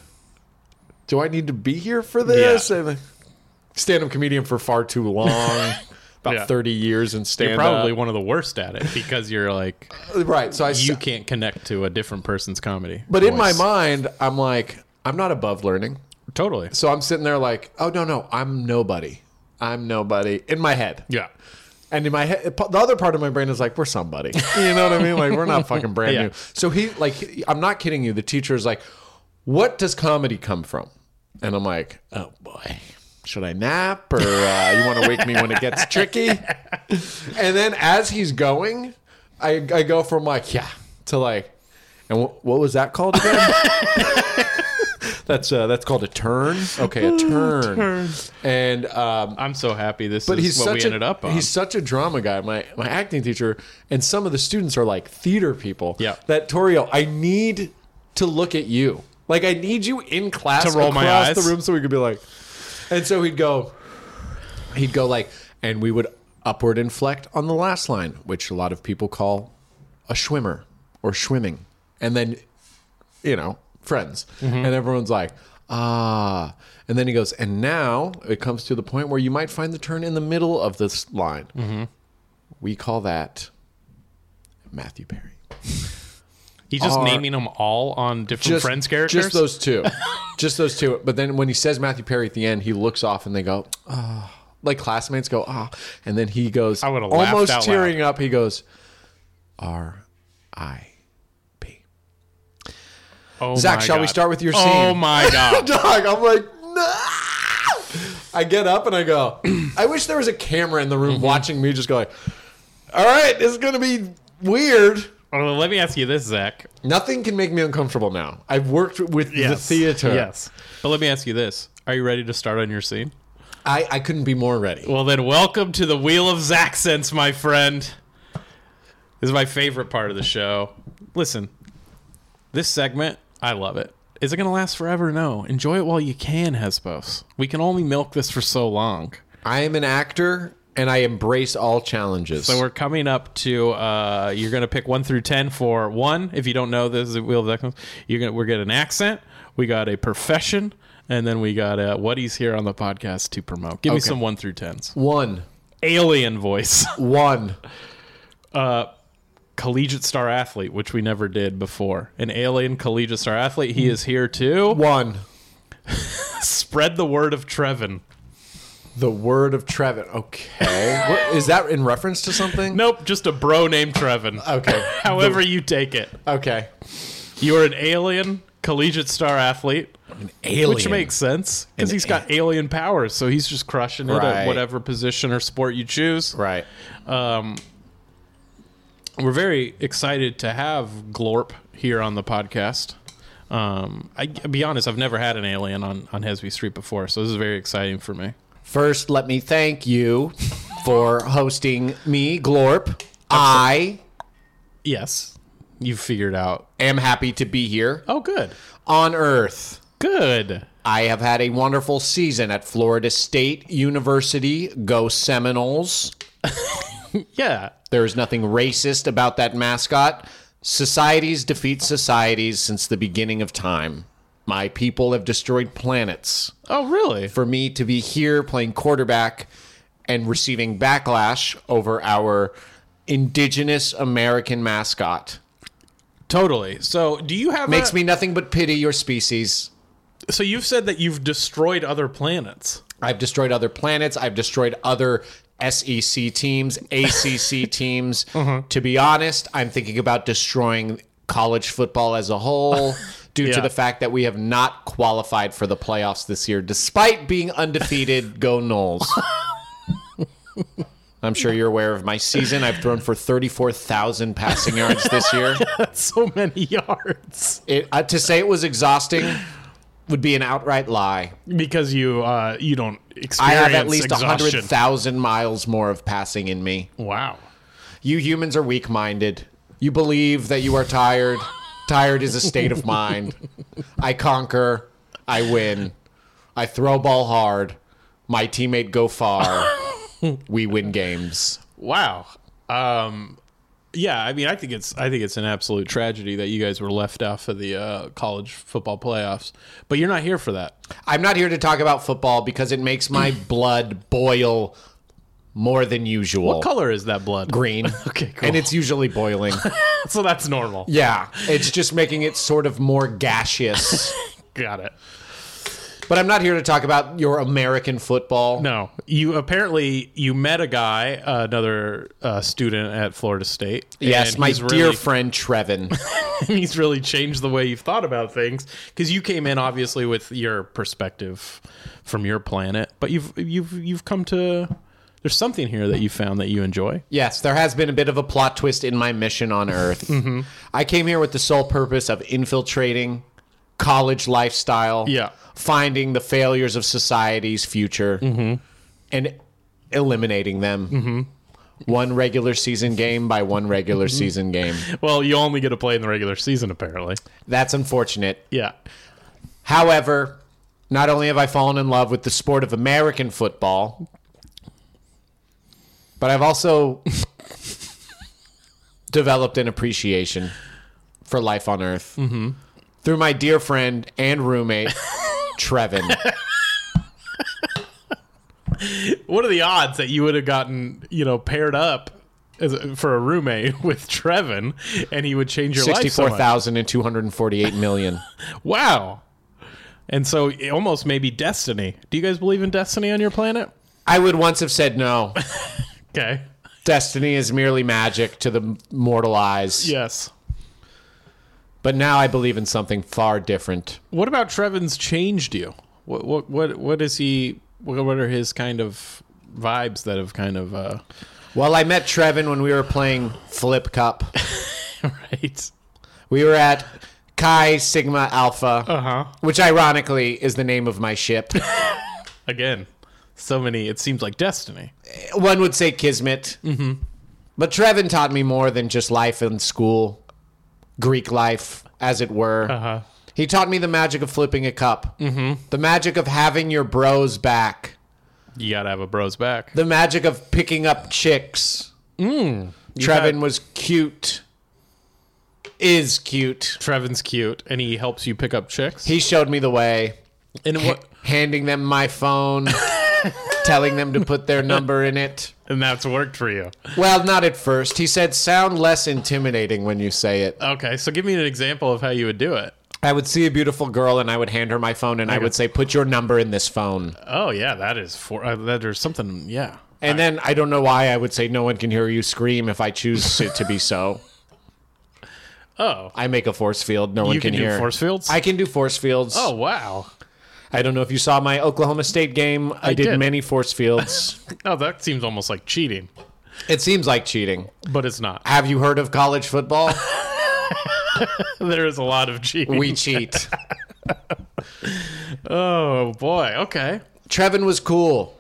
Speaker 1: do I need to be here for this?
Speaker 2: Yeah.
Speaker 1: And stand up comedian for far too long. About
Speaker 2: Yeah.
Speaker 1: 30 years in
Speaker 2: You're
Speaker 1: stand
Speaker 2: probably
Speaker 1: up.
Speaker 2: one of the worst at it because you're like
Speaker 1: Right. So I s-
Speaker 2: you can't connect to a different person's comedy.
Speaker 1: But in my
Speaker 2: voice.
Speaker 1: mind, I'm like, I'm not above learning.
Speaker 2: totally.
Speaker 1: So I'm sitting there like, oh, no, no, I'm nobody. I'm nobody in my head.
Speaker 2: Yeah.
Speaker 1: And in my head, the other part of my brain is like, we're somebody. You know what I mean? Like, we're not fucking brand
Speaker 2: Yeah.
Speaker 1: new. So he, like, he- I'm not kidding you. The teacher is like, what does comedy come from? And I'm like, oh boy, should I nap or uh, you want to wake me when it gets tricky? And then as he's going, I, I go from like, yeah, to like, and wh- what was that called again? that's uh, that's called a turn. Okay, a turn. And um,
Speaker 2: I'm so happy this
Speaker 1: but
Speaker 2: is
Speaker 1: he's
Speaker 2: what
Speaker 1: such
Speaker 2: we
Speaker 1: a,
Speaker 2: ended up on.
Speaker 1: He's such a drama guy. My my acting teacher and some of the students are like theater people.
Speaker 2: Yeah.
Speaker 1: That Torio, I need to look at you. Like I need you in class
Speaker 2: To roll my
Speaker 1: across
Speaker 2: eyes?
Speaker 1: the room so we could be like. And so he'd go, he'd go like, and we would upward inflect on the last line, which a lot of people call a schwimmer or swimming, and then you know, friends.
Speaker 2: Mm-hmm.
Speaker 1: And everyone's like, ah. And then he goes, and now it comes to the point where you might find the turn in the middle of this line.
Speaker 2: Mm-hmm.
Speaker 1: We call that Matthew Perry.
Speaker 2: He's just
Speaker 1: are-
Speaker 2: naming them all on different friends characters.
Speaker 1: Just those two. just those two. But then when he says Matthew Perry at the end, he looks off and they go, ah. Like classmates go, ah. And then he goes,
Speaker 2: I would've laughed
Speaker 1: almost
Speaker 2: out
Speaker 1: tearing up, he goes, R I P.
Speaker 2: oh
Speaker 1: Zach,
Speaker 2: my
Speaker 1: shall we
Speaker 2: God.
Speaker 1: start with your
Speaker 2: Oh
Speaker 1: scene?
Speaker 2: my god!
Speaker 1: dog. I'm like, no. I get up and I go. I wish there was a camera in the room
Speaker 2: Mm-hmm.
Speaker 1: watching me, just going. All right, it's gonna be weird.
Speaker 2: Well, Oh, let me ask you this, Zach.
Speaker 1: Nothing can make me uncomfortable now. I've worked with the theater.
Speaker 2: Yes. But let me ask you this: Are you ready to start on your scene?
Speaker 1: I, I couldn't be more ready.
Speaker 2: Well, then, welcome to the Wheel of Zaxxons, my friend. This is my favorite part of the show. Listen, this segment, I love it. Is it going to last forever? No. Enjoy it while you can, Hespos. We can only milk this for so long.
Speaker 1: I am an actor and I embrace all challenges.
Speaker 2: So we're coming up to uh, you're going to pick one through ten for one. If you don't know this is the Wheel of Zaxxons, you're going to we're get an accent. We got a profession. And then we got uh, what he's here on the podcast to promote. Give me some one through tens.
Speaker 1: one,
Speaker 2: Alien voice.
Speaker 1: one.
Speaker 2: collegiate star athlete, which we never did before. An alien collegiate star athlete. He is here to
Speaker 1: One.
Speaker 2: spread the word of Trevin.
Speaker 1: The word of Trevin. Okay. what, is that in reference to something?
Speaker 2: Nope, just a bro named Trevin.
Speaker 1: Okay.
Speaker 2: However you take it.
Speaker 1: Okay.
Speaker 2: You are an alien collegiate star athlete,
Speaker 1: Alien.
Speaker 2: which makes sense because
Speaker 1: An
Speaker 2: he's got alien powers, so he's just crushing it
Speaker 1: Right.
Speaker 2: at whatever position or sport you choose.
Speaker 1: right.
Speaker 2: We're very excited to have Glorp here on the podcast. Um, I, I'll be honest, I've never had an alien on, on Hesby Street before, so this is very exciting for me.
Speaker 1: First, let me thank you for hosting me, Glorp. I
Speaker 2: Yes. You figured out.
Speaker 1: am happy to be here
Speaker 2: Oh, good.
Speaker 1: on Earth.
Speaker 2: Good.
Speaker 1: I have had a wonderful season at Florida State University. Go Seminoles.
Speaker 2: Yeah.
Speaker 1: There is nothing racist about that mascot. Societies defeat societies since the beginning of time. My people have destroyed planets.
Speaker 2: Oh, really?
Speaker 1: for me to be here playing quarterback and receiving backlash over our indigenous American mascot
Speaker 2: Totally. So, do you have
Speaker 1: makes
Speaker 2: a-
Speaker 1: me nothing but pity your species.
Speaker 2: So you've said that you've destroyed other planets.
Speaker 1: I've destroyed other planets. I've destroyed other SEC teams, ACC teams. To be honest, I'm thinking about destroying college football as a whole due
Speaker 2: Yeah.
Speaker 1: to the fact that we have not qualified for the playoffs this year, despite being undefeated. Go Knowles. I'm sure you're aware of my season. I've thrown for 34,000 passing yards this year.
Speaker 2: That's so many yards.
Speaker 1: It, uh, to say it was exhausting would be an outright lie.
Speaker 2: Because you uh, you don't experience
Speaker 1: I have at least
Speaker 2: exhaustion.
Speaker 1: 100,000 miles more of passing in me.
Speaker 2: Wow.
Speaker 1: You humans are weak minded. You believe that you are tired. tired is a state of mind. I conquer. I win. I throw ball hard. My teammate go far. we win games.
Speaker 2: Wow. Um, yeah, I mean, I think it's I think it's an absolute tragedy that you guys were left off of the uh, college football playoffs. But you're not here for that.
Speaker 1: I'm not here to talk about football because it makes my blood boil more than usual.
Speaker 2: What color is that blood?
Speaker 1: Green.
Speaker 2: Okay, cool.
Speaker 1: And it's usually boiling.
Speaker 2: so that's normal.
Speaker 1: yeah, it's just making it sort of more gaseous.
Speaker 2: Got it.
Speaker 1: But I'm not here to talk about your American football.
Speaker 2: No, you apparently you met a guy, uh, another uh, student at Florida State.
Speaker 1: Yes,
Speaker 2: and
Speaker 1: my
Speaker 2: he's
Speaker 1: dear
Speaker 2: really,
Speaker 1: friend Trevin.
Speaker 2: he's really changed the way you've thought about things because you came in obviously with your perspective from your planet, but you've you've you've come to there's something here that you found that you enjoy.
Speaker 1: Yes, there has been a bit of a plot twist in my mission on Earth.
Speaker 2: Mm-hmm.
Speaker 1: I came here with the sole purpose of infiltrating college lifestyle,
Speaker 2: Yeah.
Speaker 1: finding the failures of society's future,
Speaker 2: Mm-hmm.
Speaker 1: and eliminating them. One regular season game by one regular
Speaker 2: Mm-hmm.
Speaker 1: season game.
Speaker 2: Well, you only get to play in the regular season apparently.
Speaker 1: That's unfortunate.
Speaker 2: Yeah.
Speaker 1: However, not only have I fallen in love with the sport of American football, but I've also developed an appreciation for life on Earth through my dear friend and roommate, Trevin.
Speaker 2: What are the odds that you would have gotten, you know, paired up as a, for a roommate with Trevin and he would change your life so much?
Speaker 1: 64,248 million.
Speaker 2: Wow. And so it almost maybe destiny. Do you guys believe in destiny on your planet?
Speaker 1: I would once have said no.
Speaker 2: Okay.
Speaker 1: Destiny is merely magic to the mortal eyes.
Speaker 2: Yes.
Speaker 1: But now I believe in something far different.
Speaker 2: What about Trevin's changed you? What what what what is he what what are his kind of vibes that have kind of uh
Speaker 1: Well, I met Trevin when we were playing Flip Cup.
Speaker 2: right.
Speaker 1: We were at Chi Sigma Alpha,
Speaker 2: Uh-huh.
Speaker 1: which ironically is the name of my ship.
Speaker 2: Again. So many it seems like destiny.
Speaker 1: One would say Kismet. Mm-hmm. But Trevin taught me more than just life in school, Greek life, as it were.
Speaker 2: Uh-huh.
Speaker 1: He taught me the magic of flipping a cup, mm-hmm. the magic of having your bros back,
Speaker 2: You got to have a bro's back.
Speaker 1: the magic of picking up chicks. Mm, Trevin
Speaker 2: had-
Speaker 1: was cute, is cute.
Speaker 2: Trevin's cute and he helps you pick up chicks.
Speaker 1: He showed me the way.
Speaker 2: and what
Speaker 1: handing them my phone, telling them to put their number in it.
Speaker 2: and that's worked for you.
Speaker 1: Well, not at first. He said, sound less intimidating when you say it.
Speaker 2: Okay, so give me an example of how you would do it.
Speaker 1: I would see a beautiful girl and I would hand her my phone and I would say, put your number in this phone.
Speaker 2: Oh yeah, that is for uh, that there's something yeah.
Speaker 1: And then I don't know why I would say, no one can hear you scream if I choose it to be so.
Speaker 2: Oh,
Speaker 1: I make a force field. No one
Speaker 2: you can, do
Speaker 1: hear.
Speaker 2: force fields.
Speaker 1: I can do force fields.
Speaker 2: oh wow.
Speaker 1: I don't know if you saw my Oklahoma State game. I, did,
Speaker 2: did.
Speaker 1: many force fields.
Speaker 2: Oh, that seems almost like cheating,
Speaker 1: it seems like cheating.
Speaker 2: but it's not.
Speaker 1: Have you heard of college football?
Speaker 2: There is a lot of cheating.
Speaker 1: we cheat.
Speaker 2: oh boy. Okay,
Speaker 1: Trevin was cool.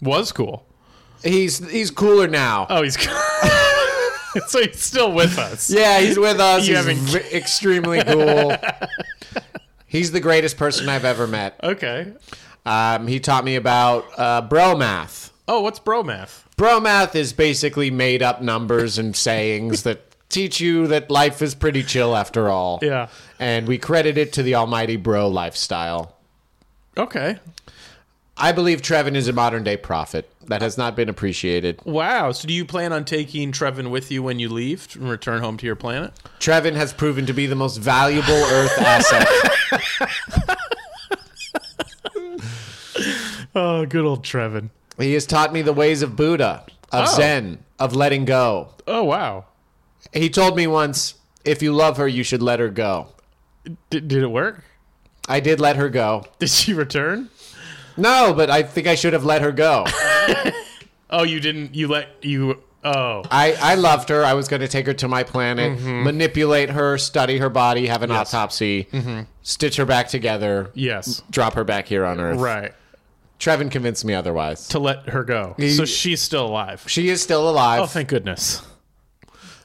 Speaker 2: was cool.
Speaker 1: He's he's cooler now.
Speaker 2: Oh, he's so he's still with us.
Speaker 1: Yeah, he's with us.
Speaker 2: You
Speaker 1: he's
Speaker 2: haven't-
Speaker 1: v- extremely cool. he's the greatest person I've ever met.
Speaker 2: Okay.
Speaker 1: Um, he taught me about uh, bromath.
Speaker 2: Oh, what's bromath?
Speaker 1: Bromath is basically made up numbers and sayings that teach you that life is pretty chill after all.
Speaker 2: Yeah.
Speaker 1: And we credit it to the almighty bro lifestyle.
Speaker 2: Okay.
Speaker 1: I believe Trevin is a modern day prophet that has not been appreciated.
Speaker 2: Wow. So do you plan on taking Trevin with you when you leave and return home to your planet?
Speaker 1: Trevin has proven to be the most valuable Earth asset.
Speaker 2: Oh, good old Trevin.
Speaker 1: He has taught me the ways of Buddha, of
Speaker 2: Oh.
Speaker 1: Zen, of letting go.
Speaker 2: Oh wow.
Speaker 1: He told me once, if you love her, you should let her go.
Speaker 2: Did did it work?
Speaker 1: I did let her go.
Speaker 2: Did she return?
Speaker 1: No, but I think I should have let her go.
Speaker 2: Oh, you didn't. You let you. Oh,
Speaker 1: I, I loved her. I was going to take her to my planet,
Speaker 2: Mm-hmm.
Speaker 1: manipulate her, study her body, have an autopsy,
Speaker 2: Mm-hmm.
Speaker 1: stitch her back together,
Speaker 2: yes.
Speaker 1: drop her back here on Earth.
Speaker 2: Right.
Speaker 1: Trevin convinced me otherwise.
Speaker 2: To let her go. so she's still alive.
Speaker 1: She is still alive.
Speaker 2: Oh, thank goodness.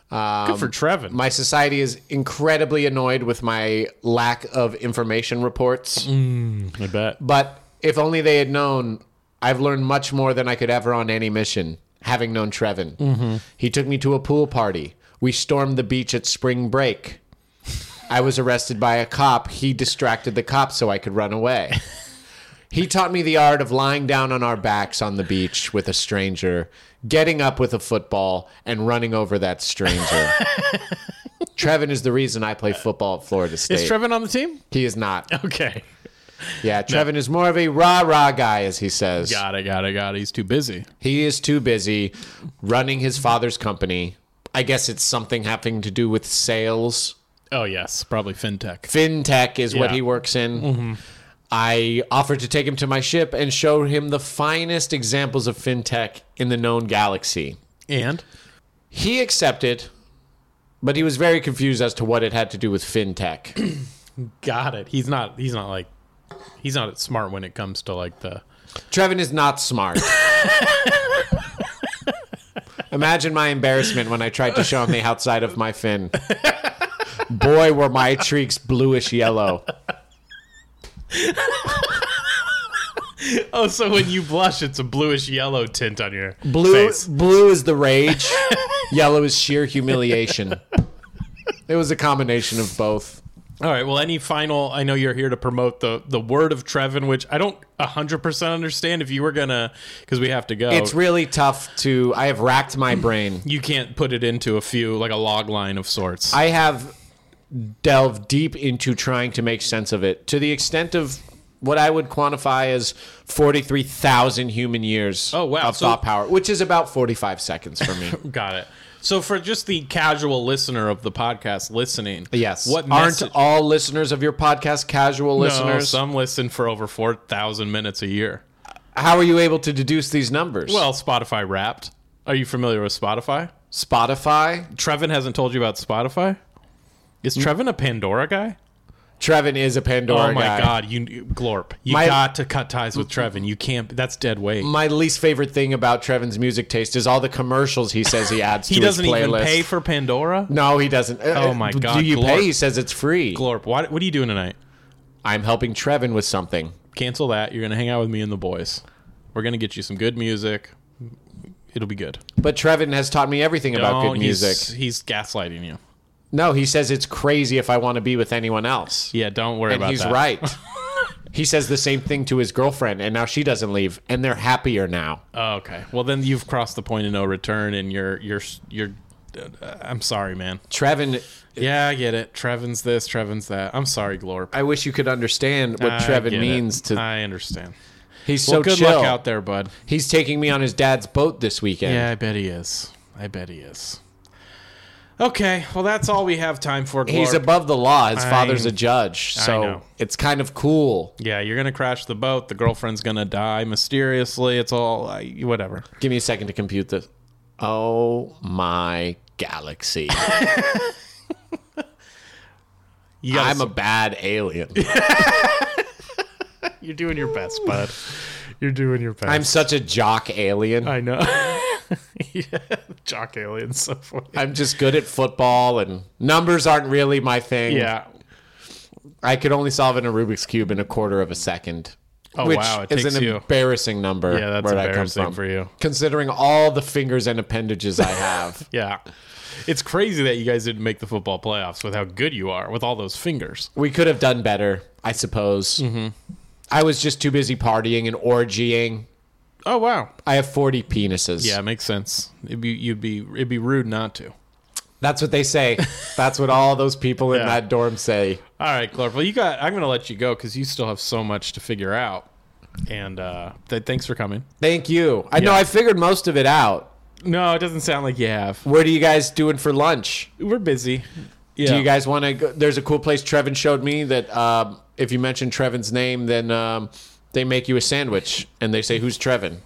Speaker 2: Good for Trevin.
Speaker 1: my society is incredibly annoyed with my lack of information reports.
Speaker 2: I bet.
Speaker 1: But if only they had known, I've learned much more than I could ever on any mission, having known Trevin. He took me to a pool party. We stormed the beach at spring break. I was arrested by a cop. He distracted the cop so I could run away. He taught me the art of lying down on our backs on the beach with a stranger, getting up with a football, and running over that stranger. Trevin is the reason I play football at Florida State.
Speaker 2: Is Trevin on the team?
Speaker 1: he is not.
Speaker 2: Okay.
Speaker 1: Yeah, Trevin is more of a rah rah guy, as he says.
Speaker 2: Got it. Got it. Got it. He's too busy.
Speaker 1: He is too busy running his father's company. I guess it's something having to do with sales.
Speaker 2: Oh yes, probably fintech.
Speaker 1: Fintech is what
Speaker 2: Yeah.
Speaker 1: he works in. I offered to take him to my ship and show him the finest examples of fintech in the known galaxy.
Speaker 2: And
Speaker 1: He accepted, but he was very confused as to what it had to do with fintech.
Speaker 2: got it. He's not. He's not like. He's not smart when it comes to like the.
Speaker 1: Trevin is not smart. Imagine my embarrassment when I tried to show him the outside of my fin. Boy, were my cheeks bluish yellow.
Speaker 2: Oh, so when you blush, it's a bluish yellow tint on your
Speaker 1: Blue,
Speaker 2: face.
Speaker 1: blue is the rage. yellow is sheer humiliation. It was a combination of both.
Speaker 2: All right. Well, any final? I know you're here to promote the the word of Trevin, which I don't hundred percent understand. If you were gonna, because we have to go.
Speaker 1: It's really tough to. I have racked my brain.
Speaker 2: you can't put it into a few like a log line of sorts.
Speaker 1: I have delved deep into trying to make sense of it to the extent of what I would quantify as 43,000 human years
Speaker 2: Oh, wow.
Speaker 1: of
Speaker 2: So-
Speaker 1: thought power, which is about 45 seconds for me.
Speaker 2: Got it. So for just the casual listener of the podcast listening,
Speaker 1: yes.
Speaker 2: what
Speaker 1: Aren't
Speaker 2: message-
Speaker 1: all listeners of your podcast casual
Speaker 2: No,
Speaker 1: listeners?
Speaker 2: Some listen for over four thousand minutes a year.
Speaker 1: How are you able to deduce these numbers?
Speaker 2: Well, Spotify Wrapped. Are you familiar with Spotify?
Speaker 1: Spotify.
Speaker 2: Trevin hasn't told you about Spotify. Is Trevin a Pandora guy?
Speaker 1: Trevin is a Mm. Pandora
Speaker 2: oh my
Speaker 1: guy.
Speaker 2: god, you glorp. You
Speaker 1: My- Mm.
Speaker 2: got to cut ties with Trevin. You can't. That's dead weight.
Speaker 1: My least favorite thing about Trevin's music taste is all the commercials he says he adds
Speaker 2: He
Speaker 1: to
Speaker 2: doesn't
Speaker 1: his playlist.
Speaker 2: even pay for Pandora.
Speaker 1: no, he doesn't. Uh,
Speaker 2: Oh my God,
Speaker 1: Do you
Speaker 2: Glorp.
Speaker 1: pay? He says it's free.
Speaker 2: Glorp, what, what are you doing tonight?
Speaker 1: I'm helping Trevin with something.
Speaker 2: Cancel that. You're gonna hang out with me and the boys. We're gonna get you some good music. It'll be good.
Speaker 1: But Trevin has taught me everything about
Speaker 2: Don't.
Speaker 1: good
Speaker 2: He's-
Speaker 1: music.
Speaker 2: He's, gaslighting you.
Speaker 1: No, he says it's crazy if I want to be with anyone else.
Speaker 2: Yeah, don't worry
Speaker 1: and
Speaker 2: about
Speaker 1: he's
Speaker 2: that.
Speaker 1: right. he says the same thing to his girlfriend, and now she doesn't leave, and they're happier now.
Speaker 2: Oh, okay. Well, then you've crossed the point of no return, and you're you're you're. Uh, I'm sorry, man.
Speaker 1: Trevin,
Speaker 2: Yeah, I get it. Trevin's this, Trevin's that. I'm sorry, Glorp.
Speaker 1: I wish you could understand what
Speaker 2: I get
Speaker 1: Trevin
Speaker 2: it.
Speaker 1: means to.
Speaker 2: I understand.
Speaker 1: he's so
Speaker 2: Well, good
Speaker 1: chill.
Speaker 2: luck out there, bud.
Speaker 1: He's taking me on his dad's boat this weekend.
Speaker 2: Yeah, I bet he is. I bet he is. Okay, well, that's all we have time for. Glorp.
Speaker 1: He's above the law. His father's a
Speaker 2: I'm-
Speaker 1: judge, so
Speaker 2: know.
Speaker 1: it's kind of cool.
Speaker 2: yeah, you're gonna crash the boat. The girlfriend's gonna die mysteriously. It's all uh, whatever.
Speaker 1: Give me a second to compute this. Oh my galaxy!
Speaker 2: You gotta
Speaker 1: I'm a bad alien.
Speaker 2: You're doing your best, bud. You're doing your best.
Speaker 1: I'm such a jock alien.
Speaker 2: I know. yeah, jock aliens so funny.
Speaker 1: I'm just good at football, and numbers aren't really my thing.
Speaker 2: Yeah.
Speaker 1: I could only solve it in a Rubik's cube in a quarter of a second.
Speaker 2: Oh,
Speaker 1: which
Speaker 2: wow, it
Speaker 1: is
Speaker 2: takes
Speaker 1: an
Speaker 2: you-
Speaker 1: embarrassing number.
Speaker 2: Yeah, that's
Speaker 1: where I come
Speaker 2: embarrassing
Speaker 1: from,
Speaker 2: for you.
Speaker 1: considering all the fingers and appendages I have.
Speaker 2: Yeah. It's crazy that you guys didn't make the football playoffs with how good you are with all those fingers.
Speaker 1: we could have done better, I suppose.
Speaker 2: Mm-hmm.
Speaker 1: I was just too busy partying and orgying.
Speaker 2: Oh wow.
Speaker 1: I have forty penises.
Speaker 2: Yeah, it makes sense. It'd be you'd be it'd be rude not to.
Speaker 1: that's what they say. that's what all those people in
Speaker 2: Yeah.
Speaker 1: that dorm say.
Speaker 2: All right, Clark. Well, you got I'm going to let you go cuz you still have so much to figure out. And uh th- thanks for coming.
Speaker 1: Thank you. I know
Speaker 2: Yeah.
Speaker 1: I figured most of it out.
Speaker 2: No, it doesn't sound like you have.
Speaker 1: What are you guys doing for lunch?
Speaker 2: We're busy. Yeah.
Speaker 1: Do you guys want to go? There's a cool place Trevin showed me that um, if you mention Trevin's name, then um, they make you a sandwich and they say, Who's Trevin?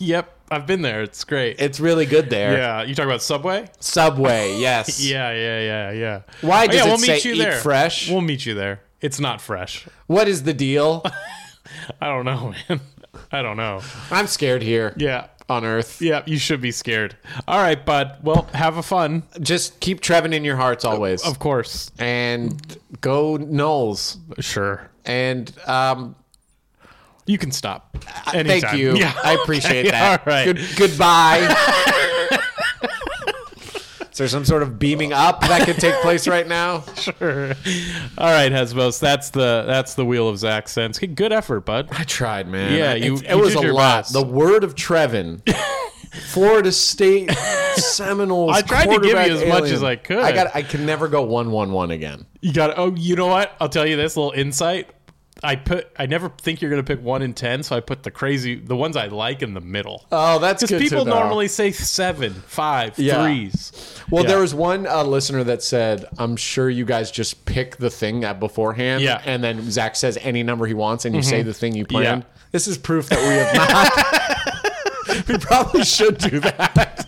Speaker 2: Yep. I've been there. It's great.
Speaker 1: It's really good there.
Speaker 2: yeah, you talk about Subway.
Speaker 1: Subway, yes.
Speaker 2: Yeah, yeah, yeah, yeah. Oh,
Speaker 1: Why does
Speaker 2: yeah,
Speaker 1: it say eat fresh?
Speaker 2: We'll meet you there. It's not fresh.
Speaker 1: What is the deal?
Speaker 2: I don't know, man. I don't know.
Speaker 1: I'm scared here
Speaker 2: Yeah.
Speaker 1: on Earth.
Speaker 2: Yeah, you should be scared. All right, bud. Well, have a fun,
Speaker 1: Just keep Trevin in your hearts always.
Speaker 2: of course.
Speaker 1: and go Knowles.
Speaker 2: Sure.
Speaker 1: And um,
Speaker 2: You can stop.
Speaker 1: Uh, thank
Speaker 2: Anytime.
Speaker 1: you.
Speaker 2: Yeah.
Speaker 1: I appreciate
Speaker 2: Okay,
Speaker 1: that.
Speaker 2: all right.
Speaker 1: Good, goodbye. is there some sort of beaming up that could take place right now?
Speaker 2: Sure. All right, Hesbos. That's the that's the wheel of Zach's sense. Good effort, bud.
Speaker 1: I tried, man.
Speaker 2: Yeah,
Speaker 1: I-
Speaker 2: you-
Speaker 1: it, it
Speaker 2: you
Speaker 1: was
Speaker 2: did
Speaker 1: a
Speaker 2: your
Speaker 1: lot.
Speaker 2: best.
Speaker 1: The word of Trevin, Florida State Seminoles.
Speaker 2: I tried to give you
Speaker 1: quarterback
Speaker 2: as much
Speaker 1: alien.
Speaker 2: as I could.
Speaker 1: I got. I can never go one one one again.
Speaker 2: You got. Oh, you know what? I'll tell you this little insight. I put. I never think you're gonna pick one in ten, so I put the crazy, the ones I like, in the middle.
Speaker 1: Oh, that's good.
Speaker 2: Because people
Speaker 1: to know.
Speaker 2: normally say seven, five, threes.
Speaker 1: Yeah. Well,
Speaker 2: Yeah.
Speaker 1: there was one uh, listener that said, "I'm sure you guys just pick the thing at beforehand,
Speaker 2: Yeah. Mm-hmm.
Speaker 1: and then Zach says any number he wants, and you say the thing you planned."
Speaker 2: Yeah.
Speaker 1: This is proof that we have not. we probably should do that.